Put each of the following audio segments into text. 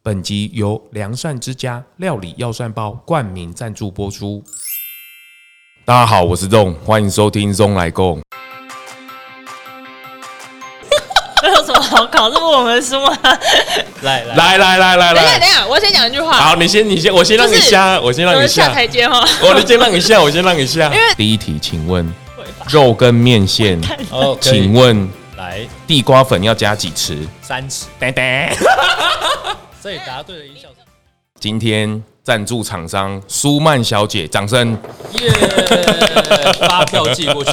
本集由良善之家料理药膳包冠名赞助播出。大家好，我是仲，欢迎收听《中来共》。这 有什么好考？这不我们的书吗？来来来，来来来等一下，来，等一下，我先讲一句话，好，你先，你先，我先让你就是下，我先让我你是下下，台阶哦哈。我先让你下，我先让你下。第一题，请问肉跟面 线，哦，可以请问来地瓜粉要加几 匙？三十，噔噔。这里答对了一小时，今天赞助厂商舒曼小姐，掌声！耶！ 发票寄过 去，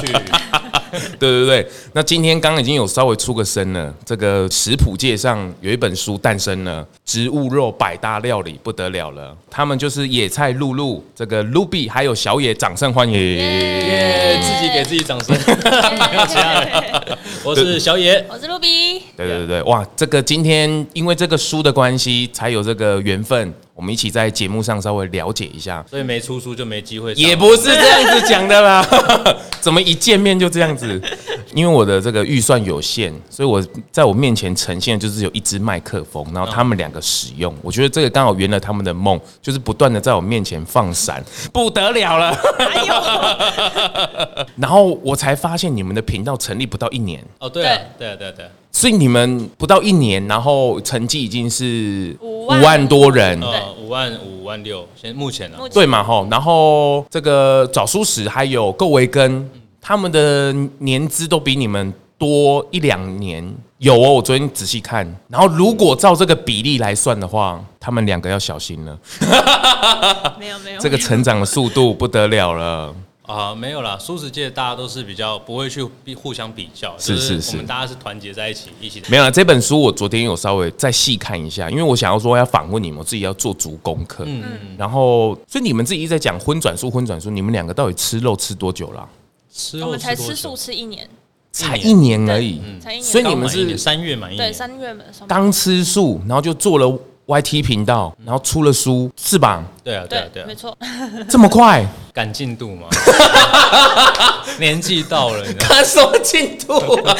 对对对，那今天刚刚已经有稍微出个声了，这个食谱界上有一本书诞生了，《植物肉百搭料理》不得了了，他们就是野菜露露、这个 Ruby 还有小野，掌声欢迎！耶！自己给自己掌 声，没有其他人。我是小野， 我是露比，对对对对，哇，这个今天因为这个书的关系，才有这个缘分，我们一起在节目上稍微了解一下。所以没出书就没机会上，也不是这样子讲的啦， 怎么一见面就这样子？因为我的这个预算有限，所以我在我面前呈现的就是有一支麦克风，然后他们两个使用，我觉得这个刚好圆了他们的梦，就是不断的在我面前放闪，不得了了。哎然后我才发现你们的频道成立不到一年，哦，对啊，对啊，对啊，对啊，所以你们不到一年，然后成绩已经是五五万万多人。呃，五万五万六，现目前啊呢目，前对嘛吼，然后这个早熟史还有够维根，他们的年资都比你们多一两年。有哦，我昨天仔细看，然后如果照这个比例来算的话，他们两个要小心了，没有没有这个成长的速度不得了了。啊，没有啦，素食界大家都是比较不会去比互相比较，是就是我是们大家是团结在一起，一起没有啊了，这本书我昨天有稍微再细看一下，因为我想要说要访问你们，我自己要做足功课。嗯，然后所以你们自己一直在讲荤转素，荤转素，你们两个到底吃肉吃多久了啊、吃我肉们才多吃久素吃一年，才一年嗯而已。才一年，所以你刚们满一是年三月满一对年，三月份上班刚吃素，然后就做了 YT 频道，然后出了书，是吧？对啊，对啊，对，对啊没，错，这么快？ 赶进度嘛， 年纪到了，你知道 吗。看 什么进度、啊？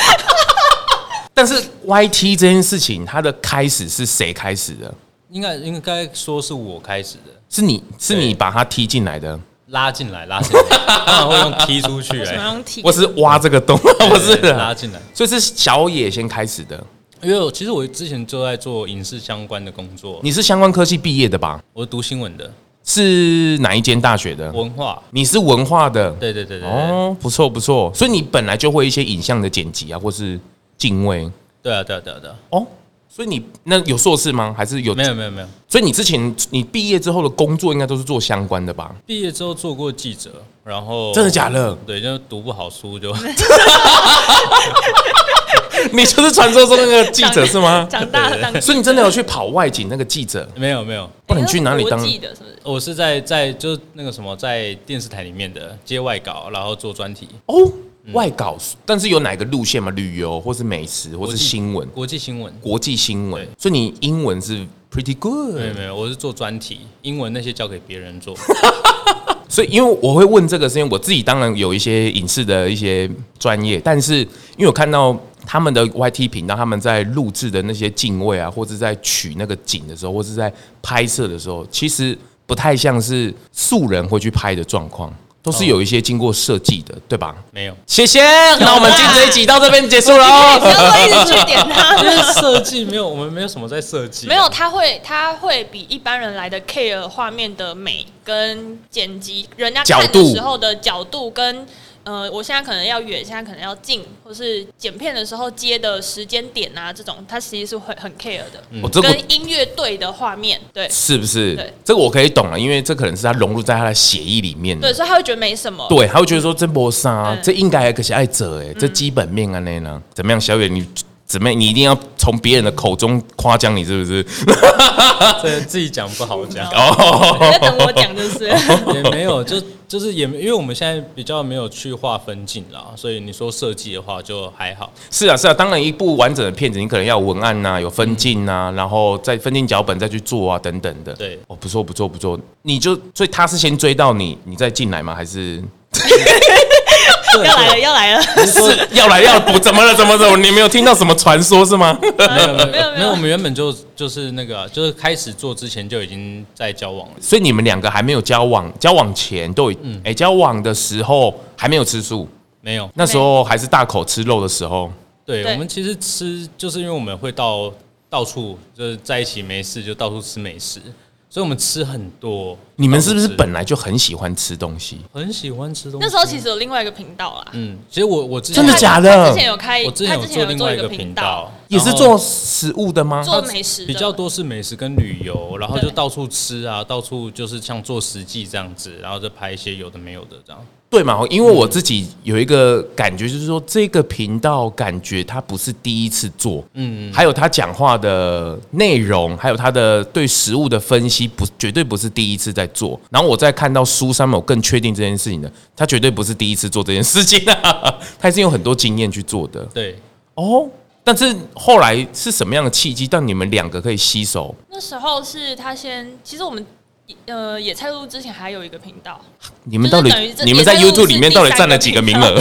但是 YT 这件事情，它的开始是谁开始的？应该应该说是我开始的，是你是对你把它踢进来的，拉进来，拉进 来，当然会用踢出去、为 什么哎，用体我是挖这个洞， 不是啊对拉进来。所以是小野先开始的。因为我其实我之前就在做影视相关的工作，你是相关科系毕业的吧？我读新闻的是哪一间大学的？文化，你是文化的，对对对对对，哦，不错不错。所以你本来就会一些影像的剪辑啊，或是敬畏。对啊对啊对啊对啊，哦，所以你那有硕士吗？还是有？没有没有没有，所以你之前你毕业之后的工作应该都是做相关的吧？毕业之后做过记者，然后哦真的假的？对，就读不好书就 你就是传说中那个记者是 吗？长大了当所以你真的有去跑外景那个记者？没有没有，不然你去哪里当国？际的是不是？我是在在就那个什么在电视台里面的接外稿，然后做专题，哦，外稿，但是有哪个路线吗？旅游，或是美食，或国是际新闻，国际新闻。国际新闻对。所以你英文是 pretty 没有 good。没有，我是做专题，英文那些交给别人 做。所以因为我会问这个，是因为我自己当然有一些影视的一些专业，但是因为我看到。他们的 YT 频道，他们在录制的那些敬畏啊，或者在取那个景的时候，或是在拍摄的时候，其实不太像是素人会去拍的状况，都是有一些经过设计的，对吧？没有，谢 谢，那我们今天这一集到这边结束了你不哦。要一直去点 他。因为设计没有，我们没有什么在设计、啊没有，他会他会比一般人来的 care 画面的美跟剪辑，人家看角的度时候的角度跟呃，我现在可能要远，现在可能要近，或是剪片的时候接的时间点啊，这种他其实是会很 care 的。嗯我哦这个跟音乐队的画面，对是不是对这个我可以懂啊了，因为这可能是他融入在他的血液里面的对，。所以他会觉得没什么。对，他会觉得说这波杀嗯，这应该可是爱者哎，这基本面啊那呢？怎么样，小野你怎么样？你一定要从别人的口中夸奖你是不是？这自己讲不好讲，你在等我讲 就是。也 没有，就就是也没因为我们现在比较没有去划分镜啦，所以你说设计的话就还好。是啊是啊，当然一部完整的片子，你可能要有文案呐、有分镜呐、然后再分镜脚本再去做啊等等的。对哦，不错不错不错，你就所以他是先追到你，你再进来吗？还是？摄要来了，要来了，影说要来要不怎么了？怎么怎么？你没有听到什么传说是吗？ 没有没没有有没没有，有我们原本就就是那个啊、就是开始做之前就已经在交往了。所以你们两个还没有交往，交往前都已哎、诶交往的时候还没有吃素，没有，那时候还是大口吃肉的时候。对对我们其实吃，就是因为我们会到到处就是在一起没事就到处吃美食，所以我们吃很多。你们是不是到处吃本来就很喜欢吃东西？很喜欢吃东西？那时候其实有另外一个频道啦，嗯，其实我我之前真的假的他之前有开，我之前哎他有之前做有另做外一一个个频频道道，，也是然后做食物的吗？做美食的比较多是美食跟旅游，然后就对到处吃啊，到处就是像做实际这样子，然后就拍一些有的没有的这样。对嘛？因为我自己有一个感觉，就是说这个频道感觉他不是第一次做，嗯，还有他讲话的内容，还有他的对食物的分析，不绝对不是第一次在做。然后我在看到苏珊某更确定这件事情的，他绝对不是第一次做这件事情啊， 他已经有很多经验去做的对，哦。但是后来是什么样的契机，让你们两个可以携手？那时候是他先，其实我们呃野菜路之前还有一个频道， 你们到底就是等于这你们在也算是 YouTube 里面到底占了几个名额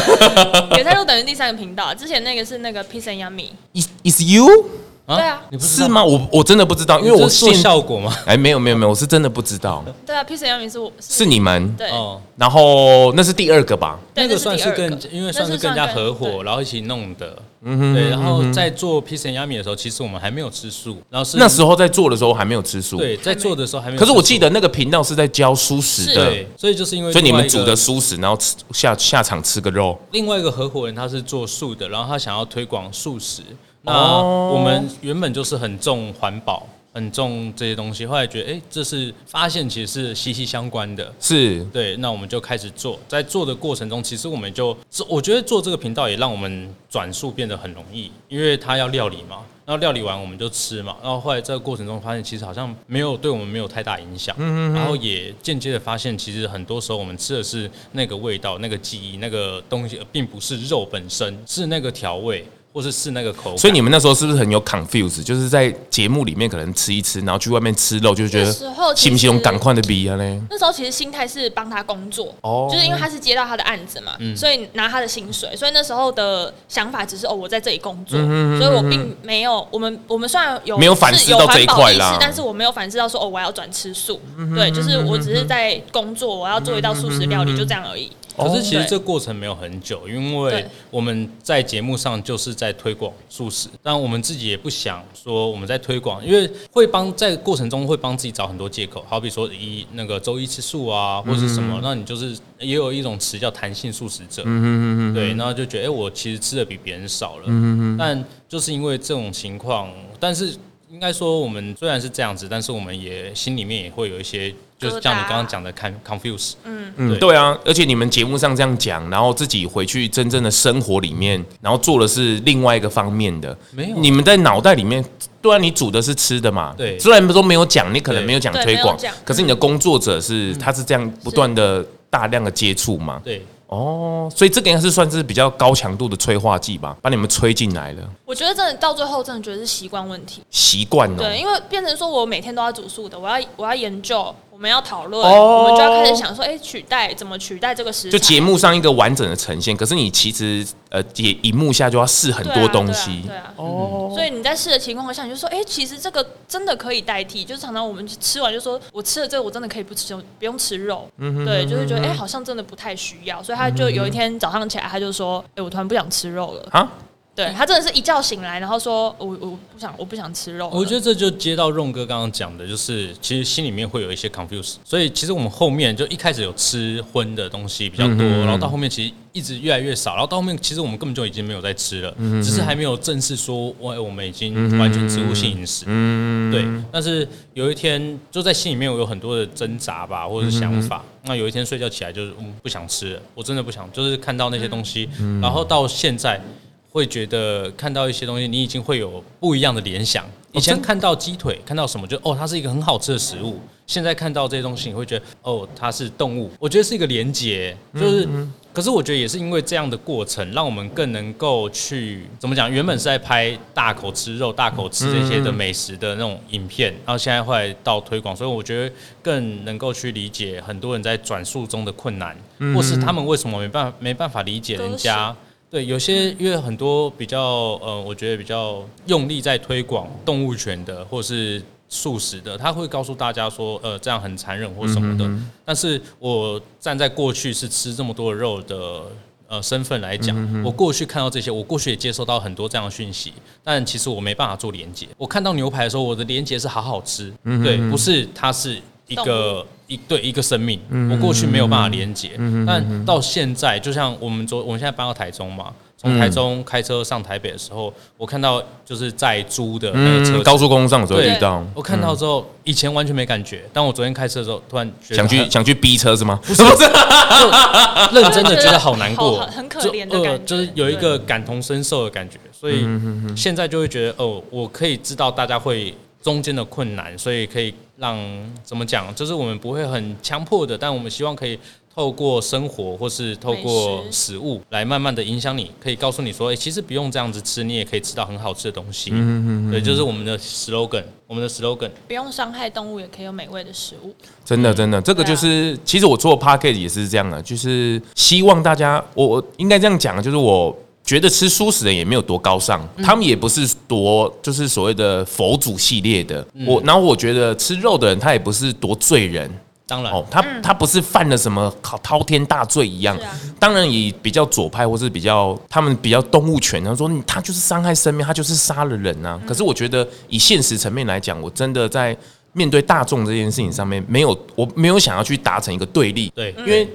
野菜路等于第三个频道，之前那个是那个 Peace and Yummy， ？Is is you 啊对啊你不知道是？吗？我我真的不知道，因为你我这是做现效果吗？哎，没有没有没有，我是真的不知道，对啊，Peace and Yummy 是我是你们。对哦，然后那是第二个吧？对那个那算是是第二更个，因为那算是是算更加更合伙，对然后一起弄的。嗯对，然后在做 P C Yummy 的时候，其实我们还没有吃素，然后是那时候在做的时候还没有吃素，对，在做的时候还没有可吃素。是我记得那个频道是在教素食是的，对，所以就是因为所以你另外们一煮个的素食，然后吃下下场吃个肉。另外一个合伙人他是做素的，然后他想要推广素食。那哦我们原本就是很重环保，很重这些东西，后来觉得哎、诶这是发现其实是息息相关的。是对，那我们就开始做，在做的过程中，其实我们就，我觉得做这个频道也让我们转速变得很容易，因为它要料理嘛，然后料理完我们就吃嘛，然后后来这个过程中发现，其实好像没有对我们没有太大影响，然后也间接的发现，其实很多时候我们吃的是那个味道、那个记忆、那个东西，并不是肉本身，是那个调味，或是是那个口感。所以你们那时候是不是很有 confuse？就是在节目里面可能吃一吃，然后去外面吃肉，就觉那时候得其实信不信用赶快的逼啊嘞？那时候其实心态是帮他工作，哦嗯就是因为他是接到他的案子嘛，所以拿他的薪水，所以那时候的想法只是哦，我在这里工嗯作，所以我并没有我们我们虽然有没有反思是有到这一环保块意识啦嗯但是我没有反思到说哦，我要转吃素，对，就是我只是在工作，我要做一道素食料嗯理，就这样而已。可是其实对这过程没有很久，因为对我们在节目上就是在推广素食，但我们自己也不想说我们在推广，因为会帮在过程中会帮自己找很多借口，好比说一那个周一吃素啊，或是什么，那你就是也有一种词叫弹性素食者，对，然后就觉得哎、诶我其实吃的比别人少了，但就是因为这种情况，但是应该说我们虽然是这样子，但是我们也心里面也会有一些，就是像你刚刚讲的 con confuse，嗯，对对啊，而且你们节目上这样讲，然后自己回去真正的生活里面，然后做的是另外一个方面的。没有你们在脑袋里面，对啊，你煮的是吃的嘛？对虽然都没有讲，你可能对没有讲对推没有广讲，可是你的工作者是他是这样不断的大量的接触嘛？对。嗯哦，所以这个应该是算是比较高强度的催化剂吧，把你们催进来了，我觉得真的到最后，真的觉得是习惯问题。习惯哦。对，因为变成说我每天都要煮素的，我要我要研究，我们要讨论，哦我们就要开始想说，哎、取代怎么取代这个食材？就节目上一个完整的呈现，可是你其实呃也荧幕下就要试很对啊多东西对啊，对啊所以你在试的情况下，你就说，哎、其实这个真的可以代替。就是常常我们吃完就说，我吃了这个我真的可以不吃，不用吃肉。嗯对，就是觉得哎、好像真的不太需要。所以他就有一天早上起来，他就说，哎、我突然不想吃肉了。啊。对他真的是一觉醒来，然后说，哦我我不想我不想吃肉了。我觉得这就接到润哥刚刚讲的，就是其实心里面会有一些 confuse，所以其实我们后面就一开始有吃荤的东西比较多，然后到后面其实一直越来越少，然后到后面其实我们根本就已经没有在吃了，只是还没有正式说哎我我们已经完全植物性饮食，对。但是有一天就在心里面我有很多的挣扎吧，或者是想法。那有一天睡觉起来就是嗯不想吃了，我真的不想，就是看到那些东西，然后到现在。会觉得看到一些东西，你已经会有不一样的联想，以前看到鸡腿，看到什么就哦，它是一个很好吃的食物。现在看到这些东西，你会觉得哦，它是动物。我觉得是一个连结，就是。可是我觉得也是因为这样的过程，让我们更能够去怎么讲？原本是在拍大口吃肉、大口吃这些的美食的那种影片，然后现在后来到推广，所以我觉得更能够去理解很多人在转述中的困难，或是他们为什么没办法没办法理解人割家。对，有些因为很多比较呃，我觉得比较用力在推广动物权的，或是素食的，他会告诉大家说，呃，这样很残忍或什么的。但是我站在过去是吃这么多肉的。呃，身份来讲，我过去看到这些，我过去也接收到很多这样的讯息，但其实我没办法做连接。我看到牛排的时候，我的连接是好好吃，对，不是它是一动个一对一个生命，我过去没有办法连嗯接，但到现在，就像我们昨我们现在搬到台中嘛，嗯从台中开车上台北的时候，我看到就是在租的那个车嗯，子高速公嗯路上有时候对遇到，我看到之后，以前完全没感觉，但我昨天开车的时候，突然觉得想去很想去逼车是吗？啊不是，就认真的觉得 好难过，好很可怜的就感觉呃就是有一个感同身受的感觉，所以现在就会觉得哦，我可以知道大家会中间的困难，所以可以让怎么讲，就是我们不会很强迫的，但我们希望可以。透过生活或是透过美食物来慢慢的影响你，可以告诉你说，哎、其实不用这样子吃，你也可以吃到很好吃的东西。对，就是我们的 slogan，我们的 slogan 不用伤害动物，也可以有美味的食物。真的，真的，啊这个就是，其实我做 p a c k a g e 也是这样的，就是希望大家，我我应该这样讲，啊就是我觉得吃素食的也没有多高尚，嗯他们也不是多就是所谓的佛祖系列的，嗯我然后我觉得吃肉的人他也不是多罪人，当然，哦，他他不是犯了什么滔滔天大罪一样嗯是啊。当然，以比较左派或是比较他们比较动物权，他说你他就是伤害生命，他就是杀了人啊。嗯可是我觉得以现实层面来讲，我真的在面对大众这件事情上面，没有我没有想要去达成一个对立，对，因为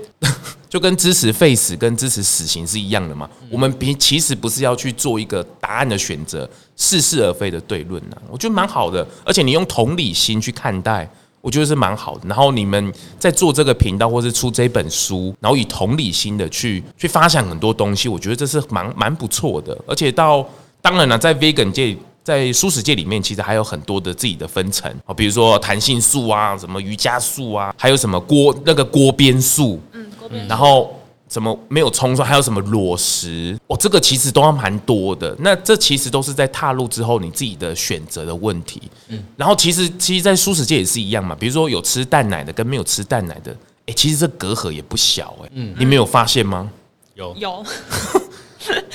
就跟支持废死跟支持死刑是一样的嘛。我们比其实不是要去做一个答案的选择，似是而非的对论啊，我觉得蛮好的。而且你用同理心去看待，我觉得是蛮好的。然后你们在做这个频道或是出这本书，然后以同理心的去去发想很多东西，我觉得这是蛮蛮不错的。而且到当然了，啊在 vegan 界。在素食界里面，其实还有很多的自己的分层啊，比如说弹性素啊，什么瑜伽素啊，还有什么锅那个锅边素，嗯，锅边然后怎么没有冲撞，还有什么裸食，哦，这个其实都要蛮多的。那这其实都是在踏入之后你自己的选择的问题。嗯，然后其实其实，在素食界也是一样嘛，比如说有吃蛋奶的跟没有吃蛋奶的，哎，其实这隔阂也不小哎、嗯，你没有发现吗？有有，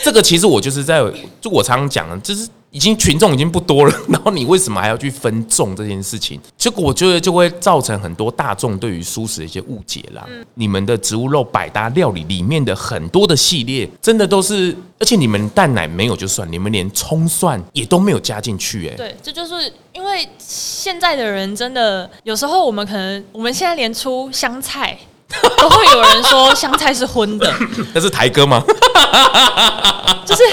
这个其实我就是在，就我常常讲的，就是已经群众已经不多了， 然后你为什么还要去分众这件事情？结果我觉得就会造成很多大众对于素食的一些误解啦。嗯你们的植物肉百搭料理里面的很多的系列，真的都是，而且你们蛋奶没有就算，你们连葱蒜也都没有加进去、哎，对，这就是因为现在的人真的有时候我们可能我们现在连出香菜。都会有人说香菜是荤的，那是台哥吗？就是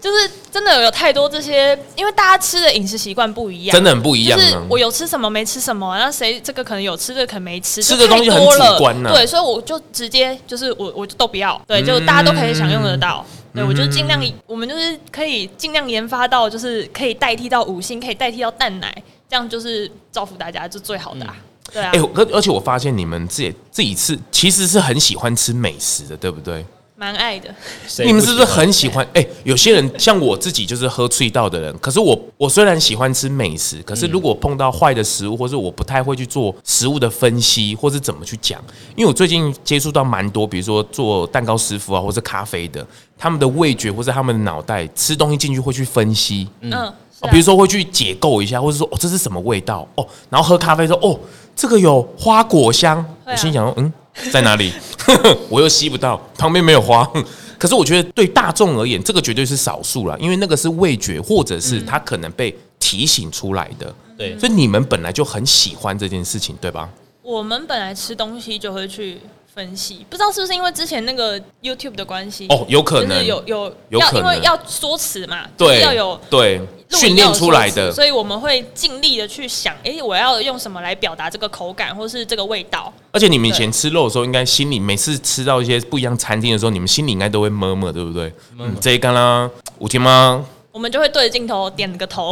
就是真的有太多这些，因为大家吃的饮食习惯不一样，真的很不一样、就是啊。我有吃什么没吃什么，那谁这个可能有吃，这个可能没吃，吃就的东西很太多了主观啊呐对，所以我就直接就是我我就都不要，对，就大家都可以享用得到。嗯对，我就尽量，我们就是可以尽量研发到，就是可以代替到五星，可以代替到蛋奶，这样就是造福大家，就最好的、啊。对啊哎、，而而且我发现你们自己自己吃，其实是很喜欢吃美食的，对不对？蛮爱的，谁你们是不是喜欢很喜欢？哎、有些人像我自己就是喝脆道的人，可是我我虽然喜欢吃美食，可嗯是如果碰到坏的食物，或是我不太会去做食物的分析，或是怎么去讲，因为我最近接触到蛮多，比如说做蛋糕师傅啊，或是咖啡的，他们的味觉或是他们的脑袋吃东西进去会去分析，嗯，是哦啊、比如说会去解构一下，或者说哦这是什么味道哦，然后喝咖啡说哦这个有花果香，会啊我心想说嗯在哪里， 我又吸不到，旁边没有花。 可是我觉得对大众而言，这个绝对是少数啦，因为那个是味觉，或者是嗯他可能被提醒出来的。对所以你们本来就很喜欢这件事情，对吧？我们本来吃东西就会去分析，不知道是不是因为之前那个 YouTube 的关系，哦，有可就能是，有有有要可因为能要说辞嘛，就是对，要有对录影训要练有出来说辞的，所以我们会尽力的去想，诶，我要用什么来表达这个口感或是这个味道？而且你们以对前吃肉的时候，应该心里每次吃到一些不一样餐厅的时候，你们心里应该都会摸摸，对不对？嗯，这一干啦，五千吗？我们就会对着镜头点 个头，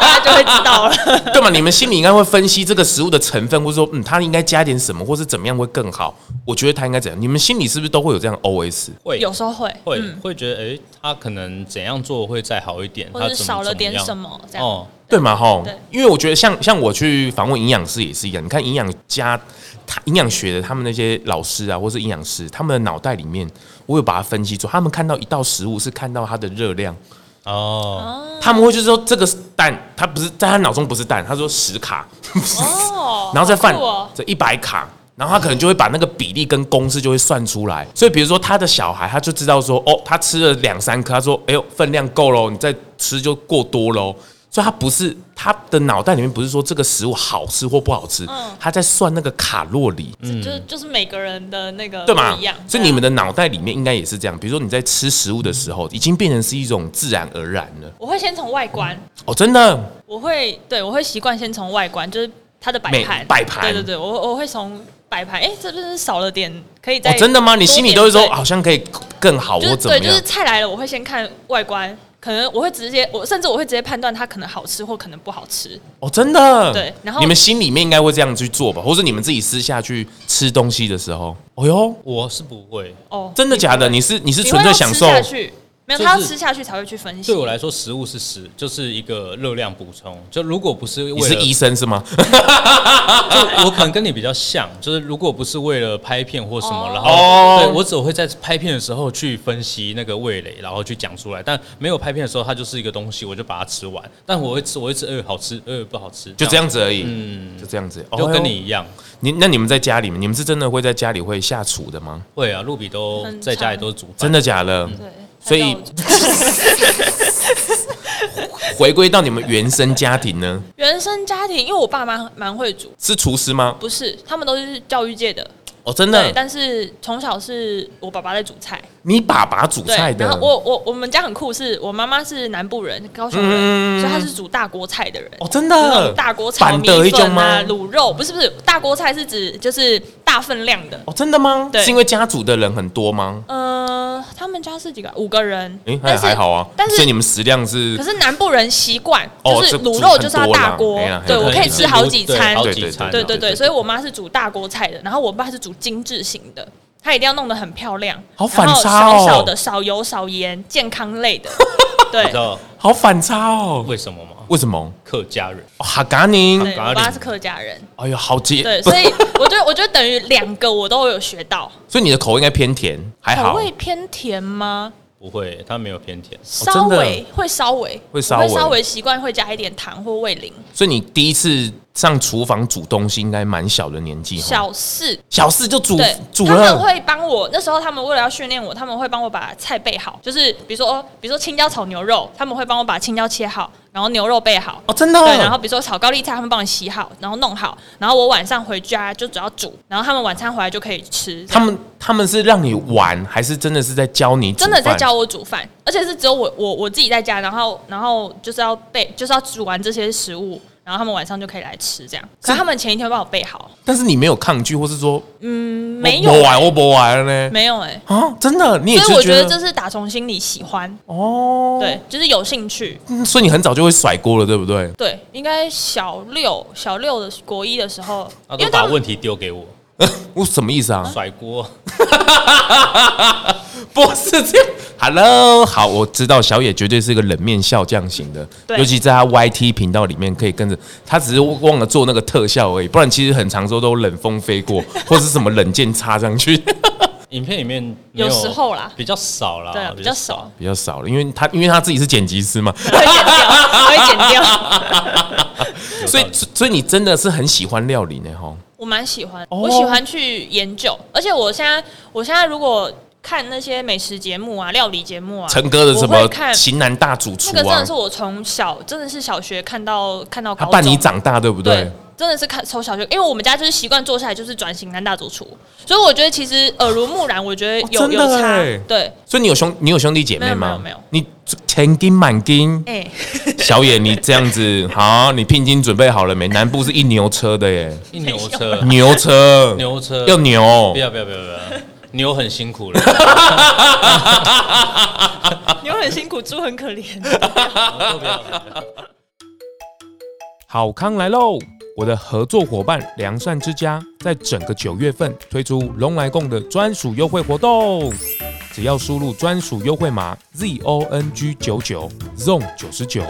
大家就会知道了。对嘛？你们心里应该会分析这个食物的成分，或者说，嗯，它应该加点什么，或是怎么样会更好？我觉得它应该怎样？你们心里是不是都会有这样的 OS？会有时候会，会、会觉得，哎、他可能怎样做会再好一点，嗯或他者怎么少了怎点样什么这样。哦，对嘛？吼对，因为我觉得像像我去访问营养师也是一样，你看营养家、他营养学的他们那些老师啊，或是营养师，他们的脑袋里面，我有把它分析出，他们看到一道食物是看到它的热量，哦，他们会就是说这个是蛋，它不是在他脑中不是蛋，他说十卡，哦，然后再好放酷哦这一百卡，然后他可能就会把那个比例跟公式就会算出来。所以比如说他的小孩，他就知道说，哦，他吃了两三颗，他说，哎呦，分量够喽，你再吃就过多喽。所以他不是他的脑袋里面不是说这个食物好吃或不好吃，嗯他在算那个卡路里。就是就是每个人的那个嗯对嘛不一样，？啊所以你们的脑袋里面应该也是这样。比如说你在吃食物的时候，已经变成是一种自然而然了。我会先从外观，哦，真的，我会对我会习惯先从外观，就是它的摆美盘，摆盘对对对，我我会从摆盘，哎、这边是少了点，可以再、哦，真的吗？你心里都是说啊多点好像可以更好对或就是怎么对，就样是？菜来了，我会先看外观。可能我会直接，我甚至我会直接判断它可能好吃或可能不好吃。哦，真的。对然后你们心里面应该会这样去做吧，或是你们自己私下去吃东西的时候，哦哟，我是不会。哦，真的假的？你你是你是你纯会粹要享吃受下去，没有，就他要是吃下去才会去分析。对我来说，食物是食，就是一个热量补充。就如果不是你为是了，医生是吗？ 就我可能跟你比较像，就是如果不是为了拍片或什么，哦然后、哦对我只会在拍片的时候去分析那个味蕾，然后去讲出来。但没有拍片的时候，它就是一个东西，我就把它吃完。但我会吃，嗯我会吃，呃，好吃，呃，不好吃，就这样子而已，嗯，就这样子。哦就跟哟你一样。你那你们在家里面，你们是真的会在家里会下厨的吗？会啊，露比都很在家里常都是煮饭，真的假的？嗯对，所以他叫我 回归到你们原生家庭呢，原生家庭，因为我爸妈蛮会煮，是厨师吗？不是，他们都是教育界的，哦，真对，的，但是从小是我爸爸在煮菜，你爸爸煮对菜，的然后我我我们家很酷是，我妈妈是南部人，高雄人，所以她是煮大锅菜的人。嗯哦，真那的种大锅炒板米的一种粉吗啊，？卤肉不是不是，大锅菜是指就是大分量的。哦，真的吗？对是因为家煮的人很多吗？呃，他们家是几个？五个人。诶，还但是还好啊，但所以是你们食量是可是南部人习惯，哦就是这卤这肉很就是要多啦大锅哎呀，对很我多可以啦吃好几对餐好，对几对餐，啊对对啊对对对，所以我妈是煮大锅菜的，然后我爸是煮精致型的，他一定要弄得很漂亮，好反差然哦后少少的，少油少盐，健康类的， 对你知道好反差哦。为什么吗？为什么？客家人，哦哈嘎宁，对，咖喱嗯我爸是客家人，哎呦，好接。对，不所以我觉得我觉得等于两个我都有学到，所以你的口味应该偏甜， 还口好。哦味偏甜吗？不会，他没有偏甜。稍真的微会稍微会稍微我稍微习惯会加一点糖或味淋，所以你第一次上厨房煮东西，应该蛮小的年纪。吼小事小四就煮对，煮他们了，会帮我。那时候他们为了要训练我，他们会帮我把菜备好，就是比如说，哦比如说青椒炒牛肉，他们会帮我把青椒切好，然后牛肉备好。哦，真的哦。对，然后比如说炒高丽菜，他们帮我洗好，然后弄好，然后我晚上回家就只要煮，然后他们晚餐回来就可以吃。他们他们是让你玩，还是真的是在教你？真的在。教我煮饭，而且是只有我我我自己在家，然后然后就是要备，就是要煮完这些食物，然后他们晚上就可以来吃这样。可是他们前一天帮我备好，但是你没有抗拒，或是说没我有不玩，我不玩了呢？没有哎、啊，真的，你也所以就我觉得觉这是打从心里喜欢，哦，对，就是有兴趣。嗯，所以你很早就会甩锅了，对不对？对，应该小六小六的国一的时候，他因啊都为把他们问题丢给我，我什么意思啊？甩锅。 不是这样。Hello，好，我知道小野绝对是个冷面笑匠型的，对尤其在他 YT 频道里面可以跟着，他只是忘了做那个特效而已，不然其实很常说都冷风飞 过，或是什么冷箭插上去 影片里面没有时候啦比较少啦，对啊比较少，比较少了，因为他因为他自己是剪辑师嘛，会剪掉，会剪掉。有所以道理所以你真的是很喜欢欸料理呢，哈。我蛮喜欢，哦我喜欢去研究，而且我现在我现在如果看那些美食节目啊、料理节目啊，陈哥的什我会么看型男大主厨那个真啊的是，我从小真的是小学看到看到他高中，伴你长大，对不对？对，真的是看从小学，因为我们家就是习惯坐下来就是转型男大主厨，所以我觉得其实耳濡目染，我觉得有、哦真的有差欸，对，所以你有兄你有兄弟姐妹吗？没有没有没有你千金满金，哎、小野，你这样子好，你聘金准备好了没？南部是 一牛车的耶， 一牛车，牛车， 牛车要牛，不要不要不要不要，牛很辛苦 了，牛很辛苦，猪很可怜。好康来喽！我的合作伙伴良善之家在整个九月份推出龙来共的专属优惠活动，只要输入专属优惠码 Z O N G 九九 Zone 九十九，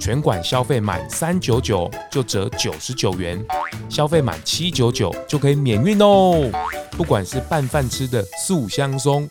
全馆消费满三九九就折九十九元，消费满七九九就可以免运哦。不管是拌饭吃的素香松，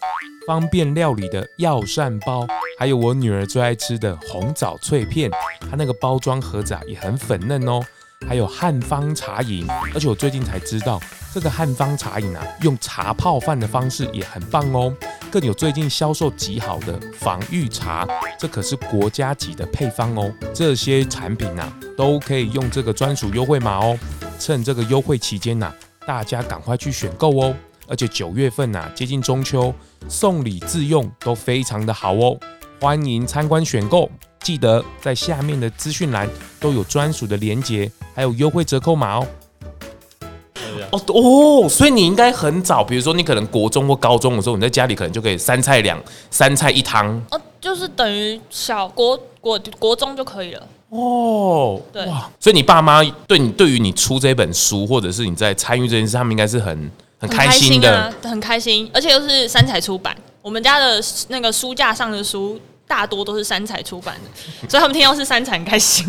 方便料理的药膳包，还有我女儿最爱吃的红枣脆片，它那个包装盒子啊也很粉嫩哦。还有汉方茶饮，而且我最近才知道，这个汉方茶饮啊，用茶泡饭的方式也很棒哦。更有最近销售极好的防御茶，这可是国家级的配方哦。这些产品啊，都可以用这个专属优惠码哦。趁这个优惠期间呐、啊大家赶快去选购哦。而且九月份呐、啊接近中秋，送礼自用都非常的好哦。欢迎参观选购，记得在下面的资讯栏都有专属的连结，还有优惠折扣码哦。对不对？哦哦，所以你应该很早，比如说你可能国中或高中的时候，你在家里可能就可以三菜两三菜一汤 哦，就是等于小国国国中就可以了。哦。对，所以你爸妈对你对于你出这本书，或者是你在参与这件事，他们应该是很很开心的。啊，很开心，而且又是三彩出版，我们家的那个书架上的书。大多都是三彩出版 的，所以他们听到是三彩很开心。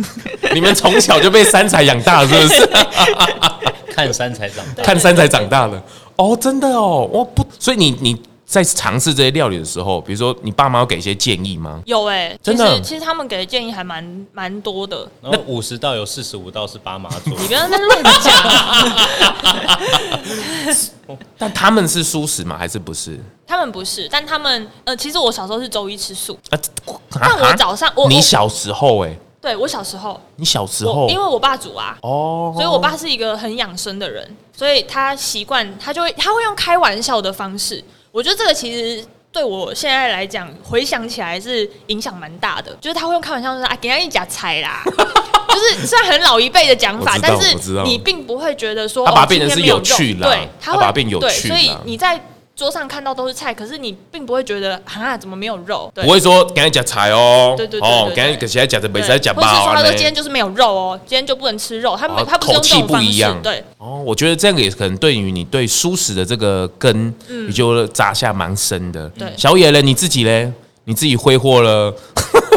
你们从小就被三才养大，是不是？ 看山才长大。看三才长大了。哦，真的哦，我不，所以你你在尝试这些料理的时候，比如说你爸妈有给一些建议吗？有哎、真其的实其实他们给的建议还蛮蛮多的，然后五十道有四十五道是巴马做 你不要在那乱讲。但他们是素食吗？还是不是？他们不是，但他们呃，其实我小时候是周一吃素，啊，但我早上我你我小时候哎、对我小时候，你小时候我因为我爸煮啊，哦，所以我爸是一个很养生的人，所以他习惯他就会他会用开玩笑的方式。我觉得这个其实对我现在来讲，回想起来是影响蛮大的，就是他会用开玩笑说啊，给人家一假猜 啦。就是虽然很老一辈的讲我法知，道但我知是道你并不会觉得说他把它哦今变成天是没有有趣肉啦对，他会把它变有对趣所以啦你在桌上看到都是菜，可是你并不会觉得啊怎么没有肉，对不会说赶紧讲菜哦，对对对哦，对对赶紧给谁讲的，没对谁讲或者是吧说他呢说今天就是没有肉哦，今天就不能吃肉，他哦们他不是用口这种气不方一式样，对，哦，我觉得这样也可能对于你对舒适的这个根，你就扎下蛮深的。嗯对小野嘞，你自己嘞，你自己挥霍了，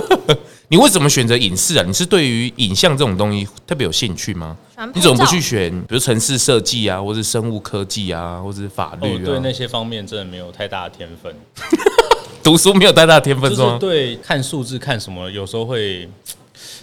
你为什么选择影视啊？你是对于影像这种东西特别有兴趣吗喜欢？拍你怎么不照去选，比如城市设计啊，或是生物科技啊，或是法我律啊？哦对那些方面真的没有太大的天分，读书没有太大的天分就是吗是？对看数字看什么，有时候会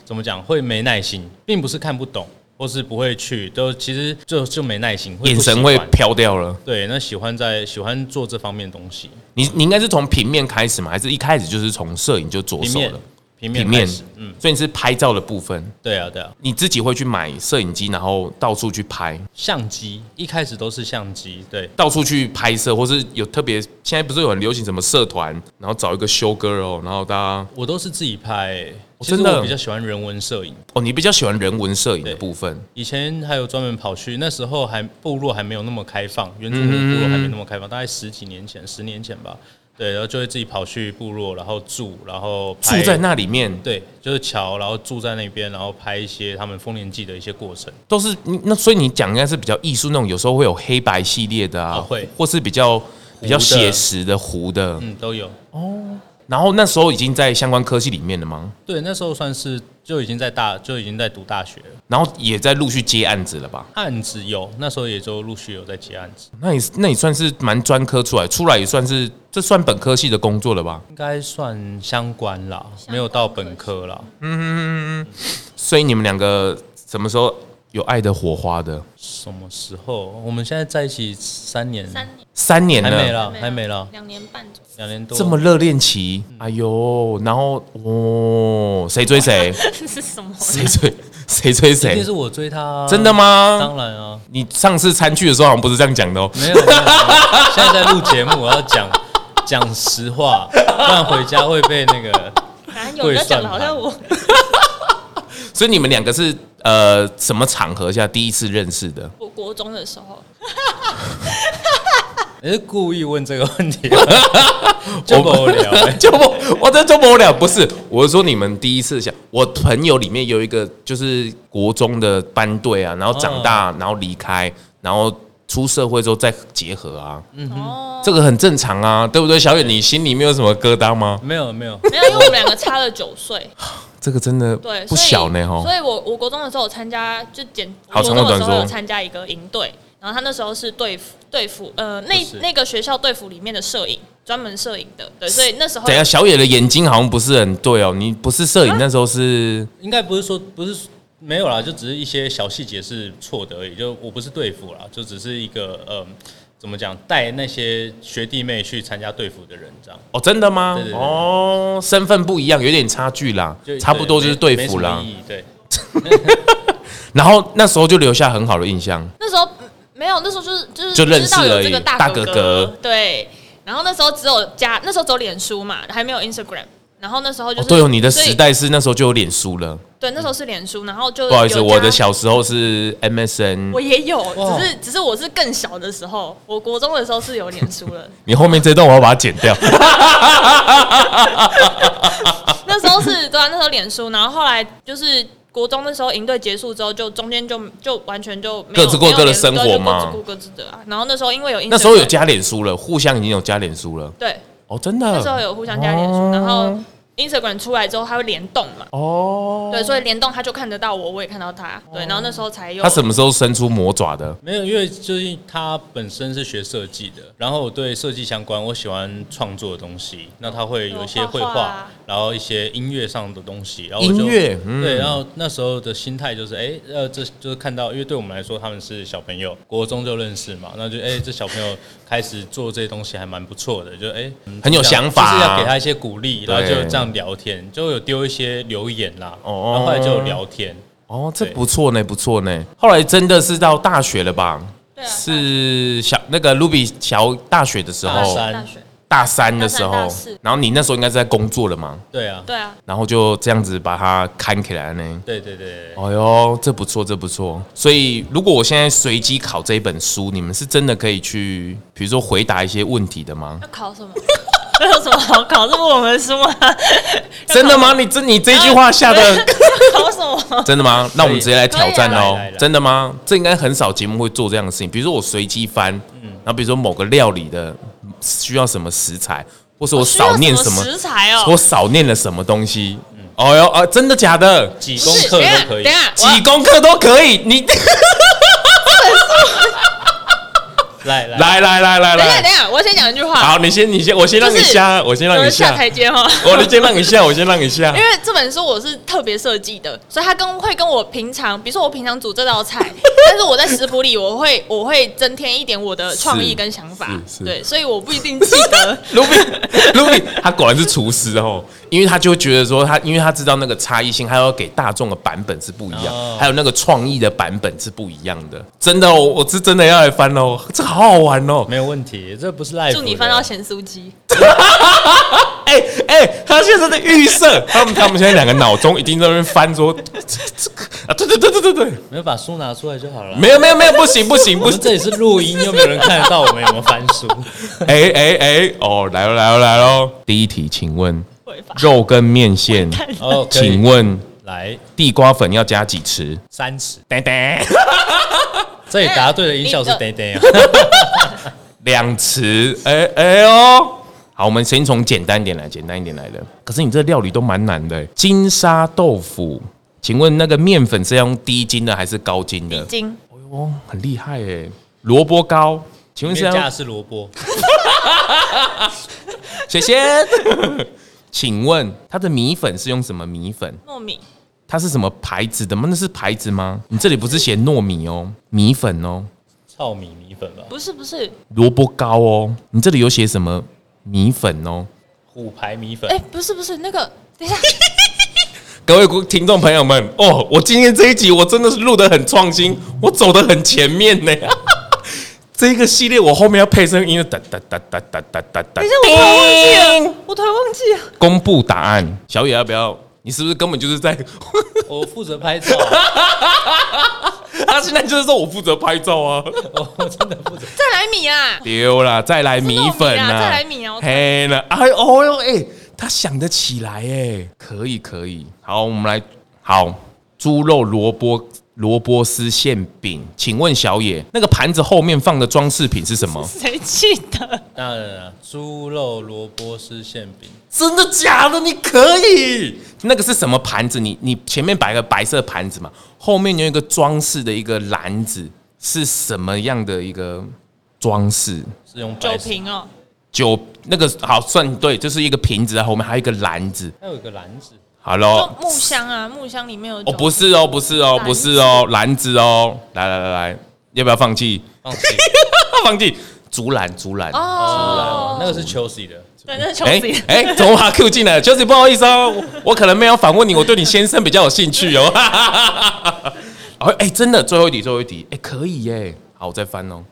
怎么讲，会没耐心，并不是看不懂，或是不会去，都其实就就没耐心，眼不神喜会欢飘掉了。对，那喜欢在喜欢做这方面的东西，你你应该是从平面开始嘛，还是一开始就是从摄影就着平手面了？平平面面开始，嗯，，所以你是拍照的部分。对啊对啊，你自己会去买摄影机，然后到处去拍，相机一开始都是相机，对，到处去拍摄，或是有特别现在不是有很流行什么社团，然后找一个修哥哦，然后大家我都是自己拍、欸，哦其实真的我比较喜欢人文摄影，哦，你比较喜欢人文摄影的对部分，以前还有专门跑去，那时候还部落还没有那么开放，原住民部嗯落还没那么开放，大概十几年前，十年前吧。对，然后就会自己跑去部落，然后住，然后住拍在那里面对，就是桥，然后住在那边，然后拍一些他们丰年祭的一些过程。都是你那，所以你讲应该是比较艺术那种，有时候会有黑白系列的啊，哦会或是比较比较糊的写实的糊的，嗯，都有。然后那时候已经在相关科系里面了吗？对，那时候算是就已经在大就已经在读大学了，然后也在陆续接案子了吧？案子有，那时候也就陆续有在接案子，那你那你算是蛮专科出来，出来也算是这算本科系的工作了吧？应该算相关啦，没有到本科啦。所以你们两个什么时候有爱的火花的？什么时候？我们现在在一起三年，三年三年还没了，了，还没了，两年半左右。两年多。嗯这么热恋期，哎呦，然后哦，谁追 谁， 这是什么？谁追谁追一定谁是，我追他、真的？吗？当然啊，你上次餐具的时候好像不是这样讲的哦。没有。没有没有现在在录节目，我要讲 讲实话，不然回家会被那个。反正有人讲的好像我所以你们两个是呃什么场合下第一次认识的？我国中的时候，你是故意问这个 问题吗？就无聊、欸。就不，我真就不了。不是，我是说你们第一次想，我朋友里面有一个就是国中的班队啊，然后长大，嗯然后离开，然后出社会之后再结合啊，嗯哦，这个很正常啊，对不对？小远，你心里面有什么疙瘩吗？没有没有，没有，因为我们两个差了九 岁，这个真的对，不所以小呢哈。所以我我国中的时候有参加，就简好国长中话的短时候有说参加一个营队，然后他那时候是队服队服，呃，那就是那个学校队服里面的摄影，专门摄影的，对，所以那时候等一下，小野的眼睛好像不是很对哦。你不是摄啊影，那时候是应该不是说不是没有啦，就只是一些小细节是错的而已。就我不是队服啦，就只是一个嗯，怎么讲，带那些学弟妹去参加队服的人这样。哦，真的吗对对？对哦，身份不一样，有点差距啦就，差不多就是队没服没什啦么。意义对，然后那时候就留下很好的印象。那时候嗯没有，那时候就是就是就认识知道有这而个已大大哥哥哥对。然后那时候只有加，那时候只有脸书嘛，还没有 Instagram。然后那时候就哦，是、对哦，你的所以时代是那时候就有脸书了。对，那时候是脸书，然后就不好意思，有我加的小时候是 MSN 我。也有，哇只是只是我是更小的时候，我国中的时候是有脸书了，你后面这段我要把它剪掉。那时候是对啊，那时候脸书，然后后来就是国中那时候营队结束之后，就中间就就完全就没有各自过各的生活没有联嘛对就各自过各自的啊。然后那时候因为有 Instagram, 那时候有加脸书了，互相已经有加脸书了。对，哦，真那时候的。有互相加脸书，哦然后 Instagram 出来之后，它会联动嘛，哦。对，所以联动他就看得到我，我也看到他，对，然后那时候才有他什么时候伸出魔爪的？没有，因为就是他本身是学设计的，然后我对设计相关，我喜欢创作的东西，那他会有一些绘有画画画啊，然后一些音乐上的东西，然后我就音乐嗯对，然后那时候的心态就是，哎，呃，这就是看到，因为对我们来说他们是小朋友，国中就认识嘛，那就哎，这小朋友开始做这些东西还蛮不错的，就哎很有想法啊就是要给他一些鼓励，然后就对这样聊天，就有丢一些留言啦，然哦后后来就有聊天，哦，这对不错呢，不错呢。后来真的是到大学了吧？对啊是小那个 Ruby 小大学的时大候，学三大学，大三的时候大三大四，然后你那时候应该是在工作了嘛，对啊，对啊，然后就这样子把它看起来呢。对对对对，哎呦，这不错，这不错。所以如果我现在随机考这一本书，你们是真的可以去，比如说回答一些问题的吗？要考什么？ 这有什么 好考？这不我们的书吗？真的吗？你这你这句话下哎的 考什么？ 真的吗？那我们直接来挑战哎可以啊喽来来来！真的吗？这应该很少节目会做这样的事情。比如说我随机翻，嗯然后比如说某个料理的需要什么食材，或是我少念什么哦需要，食材嗯哦？我少念了什么东西。哦哟啊，真的假的？几不功是课等一都下可以等一。下，我要几功课都可以。你 来来来来来来等一下，来，等一下，我先讲一句 话。好，你先你先，我先让你就是下，我先有让你人下下，台 阶哈。我你先让你下，我先让你下因。为这本书我是特别设计的，所以它跟会跟我平常，比如说我平常煮这道菜， 但是我在食谱里我会我会增添一点我的创意跟想法是，是对，所以我不一定记 得。卢比，卢比，他果然是厨师哦，因为他就觉得说他，因为他知道那个差异性，他要给大众的版本是不一样，哦还有那个创意的版本是不一样的。真的、哦，我是真的要来翻哦，这个好好玩哦。没有问题，这不是 live 的。祝你翻到咸酥鸡，哎、哎、他现在的预设， 他们他们现在两个脑中一定在那边翻说，这这这个啊，对对对对对对，没有把书拿出来就好了。没有没有没有，不行不行我不们行， 这里是录音，又没有人看得到我们有没有翻书。哎哎哎，哦，来了来了来喽。第一题，请问会吧？肉跟面线，哦，可请以问来地瓜粉要加几匙？三十，噔噔。这里答对的音效是等等啊， 两匙，哎哎呦，好，我们先从简单一点来，简单一点来的。可是你这料理都蛮难的，欸金沙豆腐，请问那个面粉是要用低筋的还是高筋的？已哎经呦，很厉害哎！萝卜糕，请问里是面加要的是萝卜， 谢谢。 请问它的米粉是用什么米粉？糯米它是什么牌子的吗？那是牌子吗？你这里不是写糯米哦，米粉哦，糙米米粉吧，不是不是，萝卜糕哦，你这里有写什么米粉哦？虎牌米粉哎，，不是不是那个，等一下，各位听众朋友们，哦，我今天这一集我真的是录得很创新，我走得很前面呢。 这个系列我后面要配声音了，哒哒哒哒哒哒哒哒。等一下我突然忘记了，我突然忘记了，公布答案，小野要不要你是不是根本就是在？ 我负责拍照，他现在就是说我负责拍照啊，我真的负责。再来米 啊！丢啦，再来米粉真的有米啊啊，再来米啊我嘿了，哎呦哦哟，哎，他想得起来哎，可以可以，好，我们来好猪肉萝卜萝卜丝馅饼，请问小野那个盘子后面放的装饰品是什么？谁记得？当然了，猪肉萝卜丝馅饼，真的假的？你可以？那个是什么盘子？你你前面摆个白色盘子嘛，后面有一个装饰的一个篮子，是什么样的一个装饰？是用白酒色，瓶哦，酒那个好算对，就是一个瓶子在后面，还有一个篮子。还有一个篮子，好就喽，木箱啊，木箱里面有酒哦哦，不是哦，不是哦，不是哦，篮子哦，来来来来，要不要放弃？ 放弃。放弃，竹篮，竹篮。哦，那个是 Chelsea 的，对，那是球哎子。哎，怎么把它 Q 进来了？Josie，不好意思哦，我我可能没有反问你，我对你先生比较有兴趣哦。 哦，哎，真的，最后一题，最后一题，哎，可以耶。好，我再翻哦。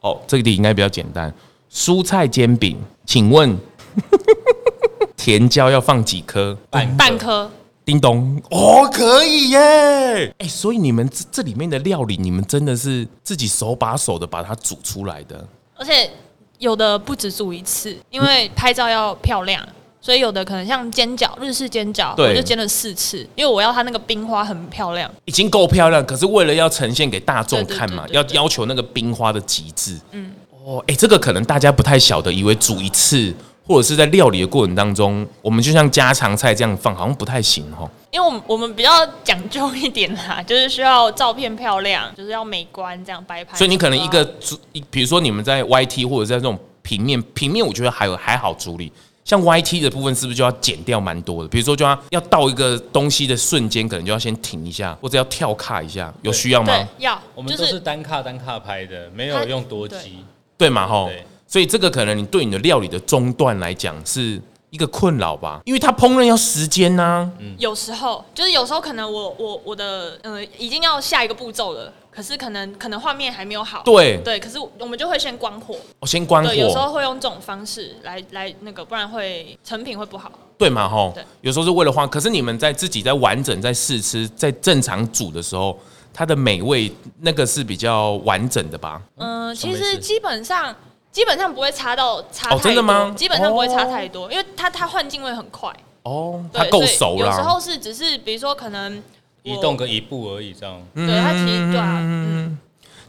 哦，这个题应该比较简单。蔬菜煎饼，请问 甜椒要放几颗？半半颗，叮咚，哦，可以耶。哎、所以你们这这里面的料理，你们真的是自己手把手的把它煮出来的。而且有的不止煮一次，因为拍照要漂亮。所以有的可能像煎饺，日式煎饺，对我就煎了四次，因为我要它那个冰花很漂亮。已经够漂亮，可是为了要呈现给大众看嘛，对对对对对要要求那个冰花的极致。嗯，哦，哎、这个可能大家不太晓得，以为煮一次或者是在料理的过程当中，我们就像家常菜这样放，好像不太行哦。因为我们我们比较讲究一点啦，就是需要照片漂亮，就是要美观这样摆拍。所以你可能一个对啊主，一比如说你们在 YT 或者在这种平面平面，我觉得还有还好处理。像 YT 的部分是不是就要剪掉蛮多的？比如说就要要到一个东西的瞬间，可能就要先停一下，或者要跳卡一下，有需要吗？对要，我们就都是单卡单卡拍的，没有用多机。对嘛吼对，所以这个可能你对你的料理的中断来讲是一个困扰吧，因为它烹饪要时间呐、有时候就是有时候可能我我我的嗯、呃已经要下一个步骤了，可是可能可能画面还没有好。对对，可是我们就会先关火。我、哦先关对，有时火，候会用这种方式来来那个，不然会成品会不好。对嘛吼对，有时候是为了花，可是你们在自己在完整在试吃在正常煮的时候，它的美味那个是比较完整的吧？嗯、什么其意思实基本上基本上不会差到差太哦多，真的吗基本上不会差哦太多，因为它它换镜位很快，哦，对它够所以熟有时啦候，是只是比如说可能我移动个一步而已，这样。对它其实对啊，嗯，